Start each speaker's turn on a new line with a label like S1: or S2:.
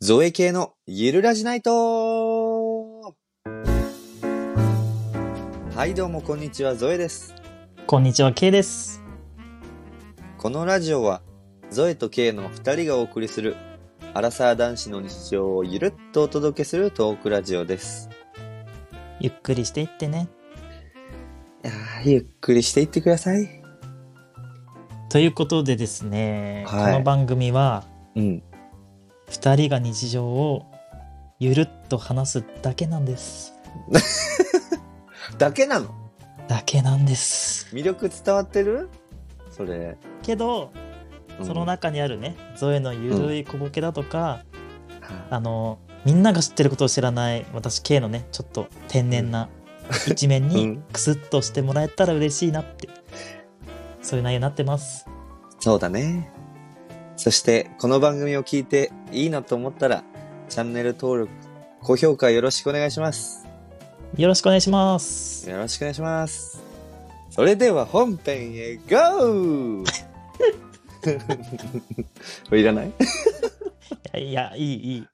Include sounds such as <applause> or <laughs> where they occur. S1: ゾエ系のゆるラジナイトはい、どうもこんにちは、ゾエです。
S2: こんにちは、K です。
S1: このラジオは、ゾエと K の二人がお送りする、アラサー男子の日常をゆるっとお届けするトークラジオです。
S2: ゆっくりしていってね。
S1: いやーゆっくりしていってください。
S2: ということでですね、
S1: はい
S2: この番組は、
S1: うん。
S2: 2人が日常をゆるっと話すだけなんです。
S1: だけなの
S2: だけなんです。
S1: 魅力伝わってるそれ。
S2: けど、
S1: うん
S2: その中にあるね、ゾエのゆるい小ボケだとか、
S1: は
S2: あの、みんなが知ってることを知らない私 K のね、ちょっと天然な一面
S1: <laughs> う
S2: に
S1: ん
S2: クスッとしてもらえたら嬉しいなって、そういう内容になってます。
S1: そうだね。そして、この番組を聞いていいなと思ったら、チャンネル登録、高評価よろしくお願いします。
S2: よろしくお願いします。
S1: よろしくお願いします。それでは本編へ GO! <laughs> これいらない <laughs>
S2: いや、いやいい、いい。